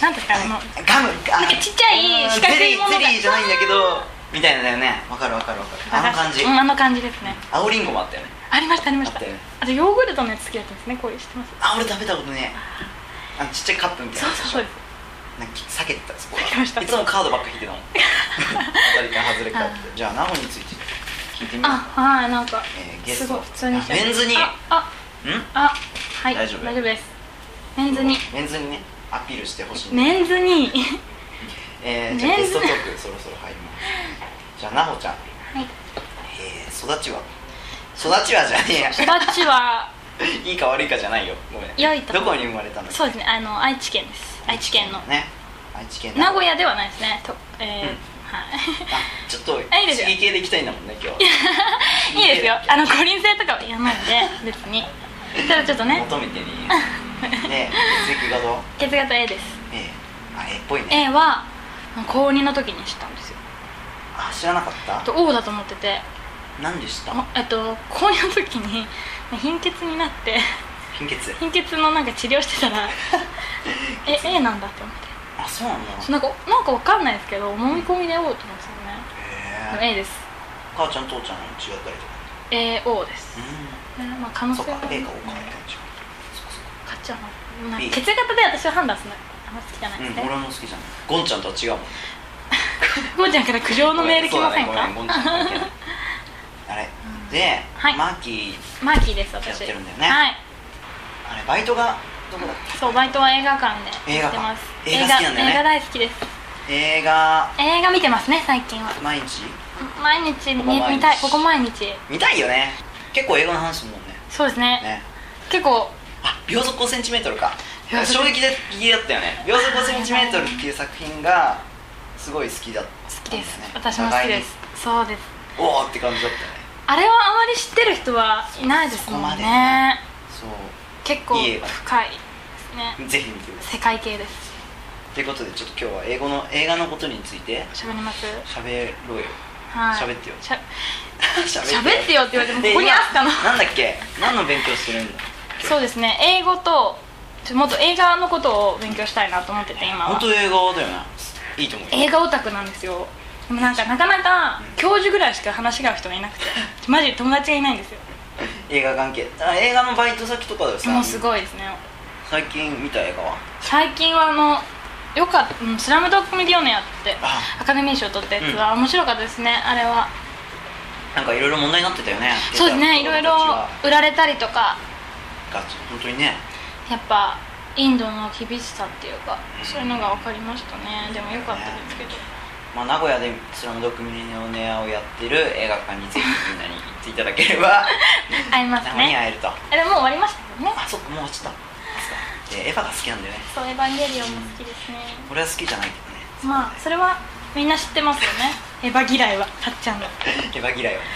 [SPEAKER 2] なんですかあの
[SPEAKER 1] ガムあ
[SPEAKER 2] なんかちっちゃい四角いものが
[SPEAKER 1] ゼリーゼリーじゃないんだけどみたいなだよねわかるわかるわかるあの感じ
[SPEAKER 2] うんあの感じですね
[SPEAKER 1] 青りんごもあったよね
[SPEAKER 2] ありましたありまし
[SPEAKER 1] あ
[SPEAKER 2] た
[SPEAKER 1] ったよね
[SPEAKER 2] あとヨーグルトのやつ好きだったんですねこういう知ってます
[SPEAKER 1] あ俺食べたことねえあのちっちゃいカップみたいな
[SPEAKER 2] そう
[SPEAKER 1] やつ
[SPEAKER 2] そう
[SPEAKER 1] でし
[SPEAKER 2] そ
[SPEAKER 1] ょ
[SPEAKER 2] うです
[SPEAKER 1] なんか避けてたそこ
[SPEAKER 2] 避けました
[SPEAKER 1] はいつもカードばっか引いてた もん当たりか外れかってじゃあナホについて聞いてみよう
[SPEAKER 2] あ
[SPEAKER 1] か
[SPEAKER 2] はいなんか
[SPEAKER 1] えーゲ
[SPEAKER 2] す
[SPEAKER 1] ス
[SPEAKER 2] ごい
[SPEAKER 1] ト
[SPEAKER 2] 普通にして
[SPEAKER 1] あメンズに
[SPEAKER 2] ああ
[SPEAKER 1] ん
[SPEAKER 2] あはい
[SPEAKER 1] 大丈夫
[SPEAKER 2] ですメンズに
[SPEAKER 1] メンズにねアピールしてほしいんで
[SPEAKER 2] メンズに
[SPEAKER 1] えーじゃあ
[SPEAKER 2] メ
[SPEAKER 1] ゲ
[SPEAKER 2] ンズ
[SPEAKER 1] ストトークそろそろ入りますじゃあナホちゃん
[SPEAKER 2] はい
[SPEAKER 1] えー育ちは育ちはじゃ ね
[SPEAKER 2] 育ちは
[SPEAKER 1] えやいいか悪いかじゃないよごめん
[SPEAKER 2] 良いと
[SPEAKER 1] どこに生まれたの
[SPEAKER 2] そうですねあの愛知県です愛知県の
[SPEAKER 1] ね愛知県
[SPEAKER 2] 名古屋ではないですねとえー
[SPEAKER 1] うん
[SPEAKER 2] は
[SPEAKER 1] あちょっと
[SPEAKER 2] あいいですよ
[SPEAKER 1] 刺激系で行きたいんだもんね今日は
[SPEAKER 2] い いいですよあの五輪制とかはいらないん で別にただちょっとね
[SPEAKER 1] 求めてね えねえ血液画像
[SPEAKER 2] 血型 A です
[SPEAKER 1] ええあえっぽいね
[SPEAKER 2] A は高2の時に知ったんですよ
[SPEAKER 1] あ知らなかった
[SPEAKER 2] と O だと思ってて
[SPEAKER 1] なんでした
[SPEAKER 2] あえっと高2の時に貧血になって
[SPEAKER 1] 貧血
[SPEAKER 2] 貧血のなんか治療してたら え A なんだって思って
[SPEAKER 1] あそうなんだ
[SPEAKER 2] そうなんかなんかわかんないですけど思い込みで O と思ってたんですよねでも
[SPEAKER 1] へえ
[SPEAKER 2] A です
[SPEAKER 1] 母ちゃん父ちゃんの違ったりとか
[SPEAKER 2] AO です、
[SPEAKER 1] う
[SPEAKER 2] ねまあ、可能
[SPEAKER 1] んそ
[SPEAKER 2] 性
[SPEAKER 1] っか
[SPEAKER 2] は
[SPEAKER 1] A か O かみたいな違
[SPEAKER 2] 買
[SPEAKER 1] うそっかそっか
[SPEAKER 2] っちゃうな
[SPEAKER 1] B
[SPEAKER 2] 血型で私は判断するのあんま好きじゃないです
[SPEAKER 1] うん
[SPEAKER 2] ね
[SPEAKER 1] 俺も好きじゃんゴンちゃんとは違うもん
[SPEAKER 2] ゴーちゃんから苦情のメール来ません
[SPEAKER 1] そう
[SPEAKER 2] か
[SPEAKER 1] だねごめんゴンちゃん関係ないあれで
[SPEAKER 2] はい
[SPEAKER 1] マーキー
[SPEAKER 2] マーキーです私
[SPEAKER 1] やってるんだよね
[SPEAKER 2] はい
[SPEAKER 1] あれバイトがどこだっ
[SPEAKER 2] そうバイトは映画館でやってます
[SPEAKER 1] 映画館映画好きなんだよね
[SPEAKER 2] 映画大好きです
[SPEAKER 1] け映画
[SPEAKER 2] 映画見てますね最近は
[SPEAKER 1] 毎日
[SPEAKER 2] 毎日見
[SPEAKER 1] ここ毎日
[SPEAKER 2] 見たいここ毎日
[SPEAKER 1] 見たいよね結構映画の話するもんね
[SPEAKER 2] そうですね
[SPEAKER 1] ね
[SPEAKER 2] 結構
[SPEAKER 1] あ秒速 5cm か
[SPEAKER 2] 秒
[SPEAKER 1] 衝
[SPEAKER 2] 速
[SPEAKER 1] 撃的だったよね秒速 5cm っていう作品がすごい好きだったん
[SPEAKER 2] 好き
[SPEAKER 1] だよね
[SPEAKER 2] です、私も好きですそうです
[SPEAKER 1] おおーって感じだったよね
[SPEAKER 2] あれはあまり知ってる人はいないです
[SPEAKER 1] そ
[SPEAKER 2] も
[SPEAKER 1] こま
[SPEAKER 2] ん
[SPEAKER 1] で
[SPEAKER 2] ね
[SPEAKER 1] そ
[SPEAKER 2] 結構
[SPEAKER 1] いい
[SPEAKER 2] 深い
[SPEAKER 1] 映
[SPEAKER 2] で
[SPEAKER 1] 画
[SPEAKER 2] すね
[SPEAKER 1] うぜひ見てください
[SPEAKER 2] 世界系です
[SPEAKER 1] ということでちょっと今日は英語の映画のことについて
[SPEAKER 2] 喋ります
[SPEAKER 1] 喋ろうよ
[SPEAKER 2] はい
[SPEAKER 1] 喋ってよ
[SPEAKER 2] しゃ
[SPEAKER 1] 喋
[SPEAKER 2] 喋ってよって言 われてもここにあったの
[SPEAKER 1] で今なんだっけ何の勉強してるんだ
[SPEAKER 2] そうですね英語とちょもっと映画のことを勉強したいなと思ってて今
[SPEAKER 1] 本
[SPEAKER 2] は
[SPEAKER 1] 当映画だよねいいと思うよ
[SPEAKER 2] 映画オタクなんですよでもなんかなかなか教授ぐらいしか話が合う人がいなくてマジで友達がいないんですよ
[SPEAKER 1] 映画関係あ映画のバイト先とかでさ
[SPEAKER 2] もうすごいですね
[SPEAKER 1] 最近見た映画は
[SPEAKER 2] 最近はあのよかったうん「スラムドッグミリオネア」って
[SPEAKER 1] あ
[SPEAKER 2] アカデミー賞取ったやつは面白かったですねあれは
[SPEAKER 1] なんかいろいろ問題になってたよね
[SPEAKER 2] そうですねい
[SPEAKER 1] 出た
[SPEAKER 2] ろい
[SPEAKER 1] 子供た
[SPEAKER 2] ろ
[SPEAKER 1] ちが
[SPEAKER 2] 売られたりとか
[SPEAKER 1] ガチ本当にね
[SPEAKER 2] やっぱインドの厳しさっていうかそういうのが分かりましたねでもよかったですけど
[SPEAKER 1] まあ、名古屋でスラムドッグミリオネアをやってる映画館にぜひみんなに行っていただけれ ば
[SPEAKER 2] 会いま
[SPEAKER 1] 名
[SPEAKER 2] す
[SPEAKER 1] 古屋に
[SPEAKER 2] ね
[SPEAKER 1] 会えると
[SPEAKER 2] えでももう終わりましたよね
[SPEAKER 1] あそっかもう落ちたそっかでエヴァが好きなんだよね
[SPEAKER 2] そう「エヴァンゲリオン」も好きですね
[SPEAKER 1] 俺は好きじゃないけどね
[SPEAKER 2] まあそれはみんな知ってますよねエヴァ嫌いはたっちゃんの
[SPEAKER 1] エヴァ嫌いはね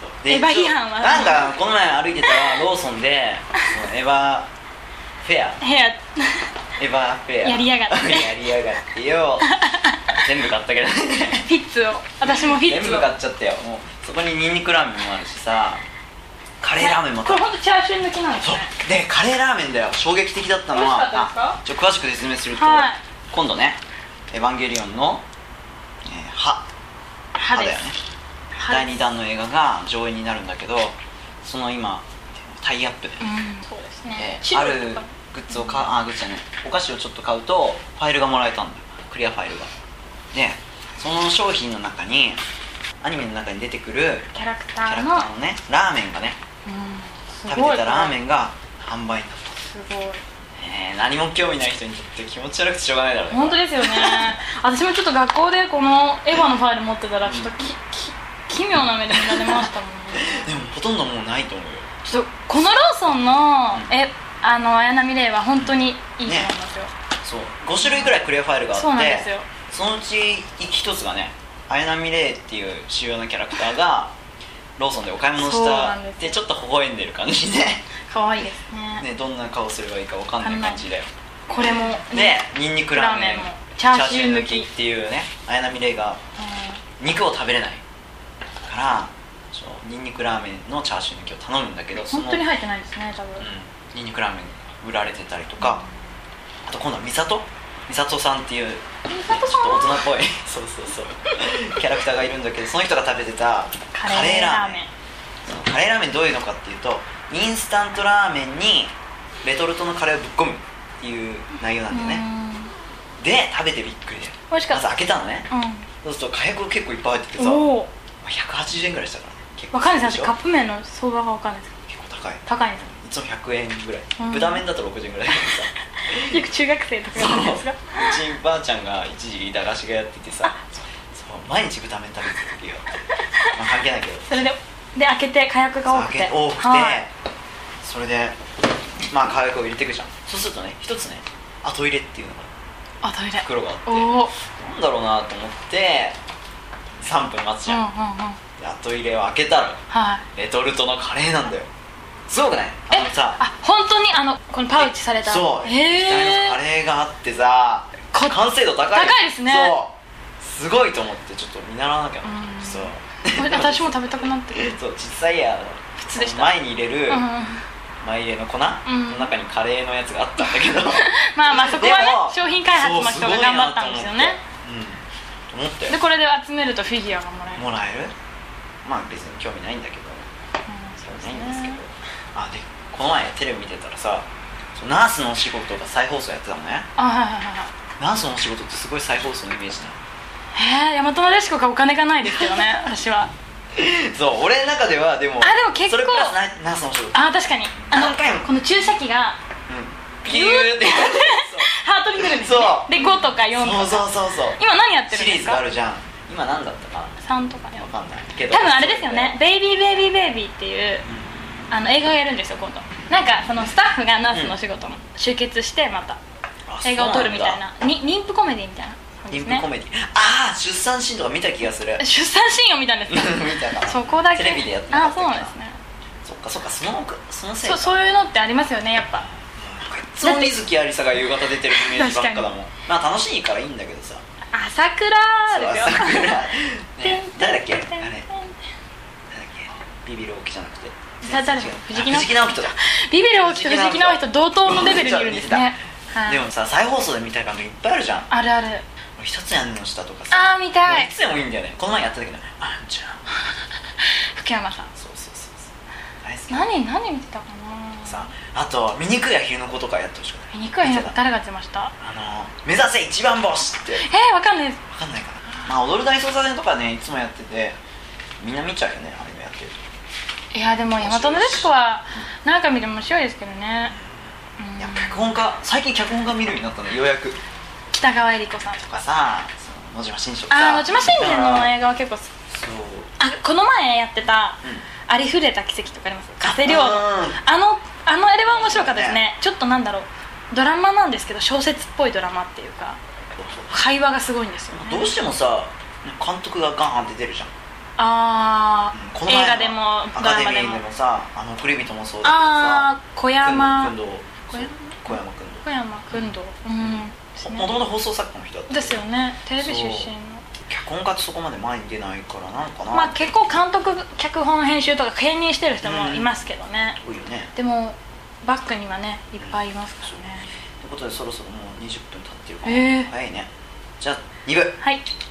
[SPEAKER 1] そう
[SPEAKER 2] エヴァ批判は
[SPEAKER 1] なんかこの前歩いてたらローソン でそのエヴァフェア
[SPEAKER 2] 部屋
[SPEAKER 1] エヴァフェア
[SPEAKER 2] やりやがって
[SPEAKER 1] やりやがって よ全部買ったけどね
[SPEAKER 2] フィッツを私もフィッ
[SPEAKER 1] 全
[SPEAKER 2] ツ
[SPEAKER 1] 部
[SPEAKER 2] を
[SPEAKER 1] 買っちゃったよもうそこにニンニクラーメンもあるしさカレーラーメンも
[SPEAKER 2] こ
[SPEAKER 1] 食
[SPEAKER 2] れ
[SPEAKER 1] べ
[SPEAKER 2] 本当チャーシュー抜きなんです
[SPEAKER 1] そう
[SPEAKER 2] ね
[SPEAKER 1] でカレーラーメンだよ衝撃的だったのは
[SPEAKER 2] 美味しかったですか
[SPEAKER 1] あちょっと詳しく説明すると、
[SPEAKER 2] はい
[SPEAKER 1] 今度ね「エヴァンゲリオンの」えー歯」
[SPEAKER 2] 歯
[SPEAKER 1] だ
[SPEAKER 2] で
[SPEAKER 1] よね
[SPEAKER 2] す歯
[SPEAKER 1] 第
[SPEAKER 2] です
[SPEAKER 1] 2弾の映画が上映になるんだけどその今タイアップで、
[SPEAKER 2] うんそうです
[SPEAKER 1] え
[SPEAKER 2] ね
[SPEAKER 1] ー
[SPEAKER 2] チ
[SPEAKER 1] あ
[SPEAKER 2] ル
[SPEAKER 1] る
[SPEAKER 2] とか
[SPEAKER 1] グッズを買うあグッズじゃないお菓子をちょっと買うとファイルがもらえたんだよクリアファイルがでその商品の中にアニメの中に出てくる
[SPEAKER 2] キャラクタ
[SPEAKER 1] キャラ
[SPEAKER 2] ー
[SPEAKER 1] ク
[SPEAKER 2] の
[SPEAKER 1] ターのねラーメンがね
[SPEAKER 2] うん
[SPEAKER 1] 食べてたラー
[SPEAKER 2] ン
[SPEAKER 1] メンが販売になった
[SPEAKER 2] すごい
[SPEAKER 1] えー何も興味ない人にとって気持ち悪くてしょうがないだろうね
[SPEAKER 2] 本当です よね私もちょっと学校でこのエヴァのファイル持ってたらちょっとき、き奇妙な目で見られましたもんね
[SPEAKER 1] でもほとんどもうないと思うよ
[SPEAKER 2] ちょっとこのローソンの、
[SPEAKER 1] うん
[SPEAKER 2] えあの綾波レイは本当にいいと思いますよ、
[SPEAKER 1] そう5種類ぐらいクリアファイルがあって
[SPEAKER 2] そうなんですよ
[SPEAKER 1] そのうち1つがね綾波レイっていう主要なキャラクターがローソンでお買い物
[SPEAKER 2] そ
[SPEAKER 1] し
[SPEAKER 2] う
[SPEAKER 1] た
[SPEAKER 2] なんですよ
[SPEAKER 1] でちょっと微笑んでる感じで、
[SPEAKER 2] 可愛いですね
[SPEAKER 1] ね、どんな顔すればいいかわかんない感じだよ
[SPEAKER 2] これも
[SPEAKER 1] でニンニクラーメン
[SPEAKER 2] ラーメンもチャーシュー抜き
[SPEAKER 1] っていうね綾波レイが
[SPEAKER 2] う
[SPEAKER 1] 肉を食べれないからそうニンニクラーメンのチャーシュー抜きを頼むんだけど
[SPEAKER 2] ん
[SPEAKER 1] その
[SPEAKER 2] 本当に入ってないですね多分、
[SPEAKER 1] うん、ニンニクラーメン売られてたりとか、あと今度は美里美里さんっていう、ね、ちょっと
[SPEAKER 2] 里さん
[SPEAKER 1] 大人っぽい そうそうそうキャラクターがいるんだけどその人が食べてた
[SPEAKER 2] カレーラーメン
[SPEAKER 1] そのカレーラーメンどういうのかっていうとインスタントラーメンにレトルトのカレーをぶっ込むっていう内容なんでね、で食べてびっくりだよ
[SPEAKER 2] 美味しかった
[SPEAKER 1] まず開けたのね
[SPEAKER 2] うん、
[SPEAKER 1] そうすると火薬結構いっぱい入ってて
[SPEAKER 2] うん、
[SPEAKER 1] さ
[SPEAKER 2] おお
[SPEAKER 1] 180円ぐらいしたからね結構
[SPEAKER 2] わかんないで
[SPEAKER 1] し
[SPEAKER 2] す
[SPEAKER 1] ょ
[SPEAKER 2] 私カップ麺の相場がわかんないです
[SPEAKER 1] 結構高いい
[SPEAKER 2] 高いんです
[SPEAKER 1] つも100円ぐらい、
[SPEAKER 2] うん
[SPEAKER 1] 豚麺だと60円ぐらいだからさ
[SPEAKER 2] よく中学生とか
[SPEAKER 1] そう
[SPEAKER 2] が
[SPEAKER 1] う
[SPEAKER 2] いるんですか
[SPEAKER 1] ちばあちゃんが一時期駄菓子がやっててさそう毎日豚麺食べてた時よまあ関係ないけど
[SPEAKER 2] それでで開けて火薬が多くて
[SPEAKER 1] 多くて、
[SPEAKER 2] はい
[SPEAKER 1] それでまあ火薬を入れていくじゃんそうするとね一つね後入れっていうのが
[SPEAKER 2] あトイレ
[SPEAKER 1] 袋があって
[SPEAKER 2] おお
[SPEAKER 1] なんだろうなと思って3分待つじ
[SPEAKER 2] うんうんう
[SPEAKER 1] ゃ
[SPEAKER 2] ん
[SPEAKER 1] ん、で後入れを開けたら
[SPEAKER 2] はい
[SPEAKER 1] レトルトのカレーなんだよすごくない
[SPEAKER 2] え
[SPEAKER 1] あのさ
[SPEAKER 2] あ本当にあのこのパウチされた
[SPEAKER 1] そう
[SPEAKER 2] へ
[SPEAKER 1] 液体
[SPEAKER 2] え
[SPEAKER 1] のカレーがあってさ
[SPEAKER 2] か
[SPEAKER 1] 完成度高い
[SPEAKER 2] 高いですね
[SPEAKER 1] そうすごいと思ってちょっと見習わなきゃな
[SPEAKER 2] うん
[SPEAKER 1] そう
[SPEAKER 2] 私も食べたくなってる
[SPEAKER 1] そう実際や
[SPEAKER 2] 普通でした
[SPEAKER 1] 前に入れる、
[SPEAKER 2] うん
[SPEAKER 1] 前入れの粉、の中にカレーのやつがあったんだけど
[SPEAKER 2] ま あまあそこはね
[SPEAKER 1] でも
[SPEAKER 2] 商品開発の人が
[SPEAKER 1] そう
[SPEAKER 2] 頑張ったんですよね
[SPEAKER 1] すごいなと思ってうんと
[SPEAKER 2] で
[SPEAKER 1] 思っ
[SPEAKER 2] これで集めるとフィギュアがもらえ
[SPEAKER 1] て
[SPEAKER 2] る
[SPEAKER 1] もらえるまあ別に興味ないんだけど
[SPEAKER 2] うん
[SPEAKER 1] 興味ないんですけどあでこの前テレビ見てたらさそうナースのお仕事が再放送やってたのね
[SPEAKER 2] あはいはいはいは
[SPEAKER 1] ナースのお仕事ってすごい再放送のイメージだよ
[SPEAKER 2] いへえ大和なでしこがお金がないですけどね 私は
[SPEAKER 1] そう俺の中ではでも
[SPEAKER 2] あでも結
[SPEAKER 1] そ
[SPEAKER 2] 構
[SPEAKER 1] れプラスナナースのお仕事
[SPEAKER 2] あ確かにあ
[SPEAKER 1] 何回も
[SPEAKER 2] のこの注射器が
[SPEAKER 1] うんピューって
[SPEAKER 2] ハートにくるんですね
[SPEAKER 1] そう
[SPEAKER 2] で5とか4と
[SPEAKER 1] そう
[SPEAKER 2] か
[SPEAKER 1] そうそうそう
[SPEAKER 2] 今何やってる
[SPEAKER 1] シ
[SPEAKER 2] ん
[SPEAKER 1] リー
[SPEAKER 2] です
[SPEAKER 1] ズがあ
[SPEAKER 2] か
[SPEAKER 1] るじゃん今何だったか
[SPEAKER 2] 3とかね
[SPEAKER 1] わかんないけど
[SPEAKER 2] 多分あれですよね「ベイビーベイビーベイビー」っていうあの映画をやるんですよ今度なんかそのスタッフがナースのお仕事も集結してまた
[SPEAKER 1] あ
[SPEAKER 2] 映画を撮るみたい
[SPEAKER 1] そう
[SPEAKER 2] なに妊婦コメディみたいな感
[SPEAKER 1] んだ
[SPEAKER 2] じ
[SPEAKER 1] 妊
[SPEAKER 2] です
[SPEAKER 1] 婦コメ
[SPEAKER 2] ね
[SPEAKER 1] ディああ出産シーンとか見た気がする
[SPEAKER 2] 出産シーンを見たんで す
[SPEAKER 1] 見
[SPEAKER 2] か
[SPEAKER 1] たかな
[SPEAKER 2] そこだけ
[SPEAKER 1] テレビでやってなか
[SPEAKER 2] あ
[SPEAKER 1] った
[SPEAKER 2] そうなんですね
[SPEAKER 1] そっかそっかそのそのせいか
[SPEAKER 2] そうそういうのってありますよねやっぱ
[SPEAKER 1] なんかいつも水木有沙が夕方出てるイメージばっかだもんまあ楽しいからいいんだけどさ
[SPEAKER 2] 朝倉
[SPEAKER 1] そう
[SPEAKER 2] ですよ
[SPEAKER 1] 朝倉
[SPEAKER 2] てん
[SPEAKER 1] ね
[SPEAKER 2] てん
[SPEAKER 1] 誰だっけあれ
[SPEAKER 2] てんてん
[SPEAKER 1] 誰だっけビビる大きじゃなくて
[SPEAKER 2] 誰だ
[SPEAKER 1] 違う
[SPEAKER 2] 藤木
[SPEAKER 1] あ
[SPEAKER 2] 直
[SPEAKER 1] 藤木直人だ
[SPEAKER 2] ビビる大きく藤木直人同等のレベルにいるんですねはい
[SPEAKER 1] でもさ再放送で見たい番組いっぱいあるじゃん
[SPEAKER 2] あるある
[SPEAKER 1] 俺一つ屋根の下とかさ
[SPEAKER 2] ああ見た
[SPEAKER 1] も
[SPEAKER 2] いう
[SPEAKER 1] いつでもいいんだよねこの前やった時のあんちゃん
[SPEAKER 2] 福山さん
[SPEAKER 1] そうそうそうそう大好き
[SPEAKER 2] 何何見てたかな
[SPEAKER 1] さあと「醜いアヒルの子」とかやってほしくない
[SPEAKER 2] 見にくい部
[SPEAKER 1] 見
[SPEAKER 2] 屋
[SPEAKER 1] てた
[SPEAKER 2] 誰が出ました
[SPEAKER 1] あの「目指せ一番星」って
[SPEAKER 2] えー、わかんないです
[SPEAKER 1] わかんないかなまあ踊る大捜査線とかねいつもやっててみんな見ちゃうよねアニメやってると
[SPEAKER 2] いやでも大和なでしこは何回見ても面白いですけどね、うん
[SPEAKER 1] いや脚本家最近脚本家見るようになったのようやく
[SPEAKER 2] 北川恵理子さんと
[SPEAKER 1] と
[SPEAKER 2] か
[SPEAKER 1] かさその野島伸司とかさ
[SPEAKER 2] ああ野島伸司の映画は結構好き
[SPEAKER 1] そう
[SPEAKER 2] あこの前やってた
[SPEAKER 1] うん
[SPEAKER 2] 「ありふれた奇跡」とかあります風量
[SPEAKER 1] うん
[SPEAKER 2] のあのあのあれは面白かったですねちょっとなんだろうドラマなんですけど小説っぽいドラマっていうか
[SPEAKER 1] そうそう
[SPEAKER 2] 会話がすごいんですよ
[SPEAKER 1] まあ
[SPEAKER 2] ね
[SPEAKER 1] どうしてもさ監督がガンガン出てるじゃん
[SPEAKER 2] あ
[SPEAKER 1] うん
[SPEAKER 2] あ
[SPEAKER 1] この前
[SPEAKER 2] 映
[SPEAKER 1] の
[SPEAKER 2] 画でも
[SPEAKER 1] ア
[SPEAKER 2] ド
[SPEAKER 1] カ
[SPEAKER 2] ラ
[SPEAKER 1] デミ
[SPEAKER 2] マで
[SPEAKER 1] ー
[SPEAKER 2] も
[SPEAKER 1] でもさ「あの恋人」もそうだけど
[SPEAKER 2] あ
[SPEAKER 1] さ
[SPEAKER 2] あ小山
[SPEAKER 1] 君堂
[SPEAKER 2] 小山
[SPEAKER 1] 小山君
[SPEAKER 2] 小山君堂うんです
[SPEAKER 1] 堂
[SPEAKER 2] ね
[SPEAKER 1] もともと放送作家の人だった
[SPEAKER 2] ですよねテレビ出
[SPEAKER 1] そう
[SPEAKER 2] 身の
[SPEAKER 1] 脚本家ってそこまで前に出ないからなのかな
[SPEAKER 2] まあ結構監督脚本編集とか兼任してる人もいますけどね、
[SPEAKER 1] 多いよね
[SPEAKER 2] でもバックにはねいっぱいいますからね、
[SPEAKER 1] ということでそろそろもう20分経ってるから、
[SPEAKER 2] えー
[SPEAKER 1] 早いねじゃあ2部
[SPEAKER 2] はい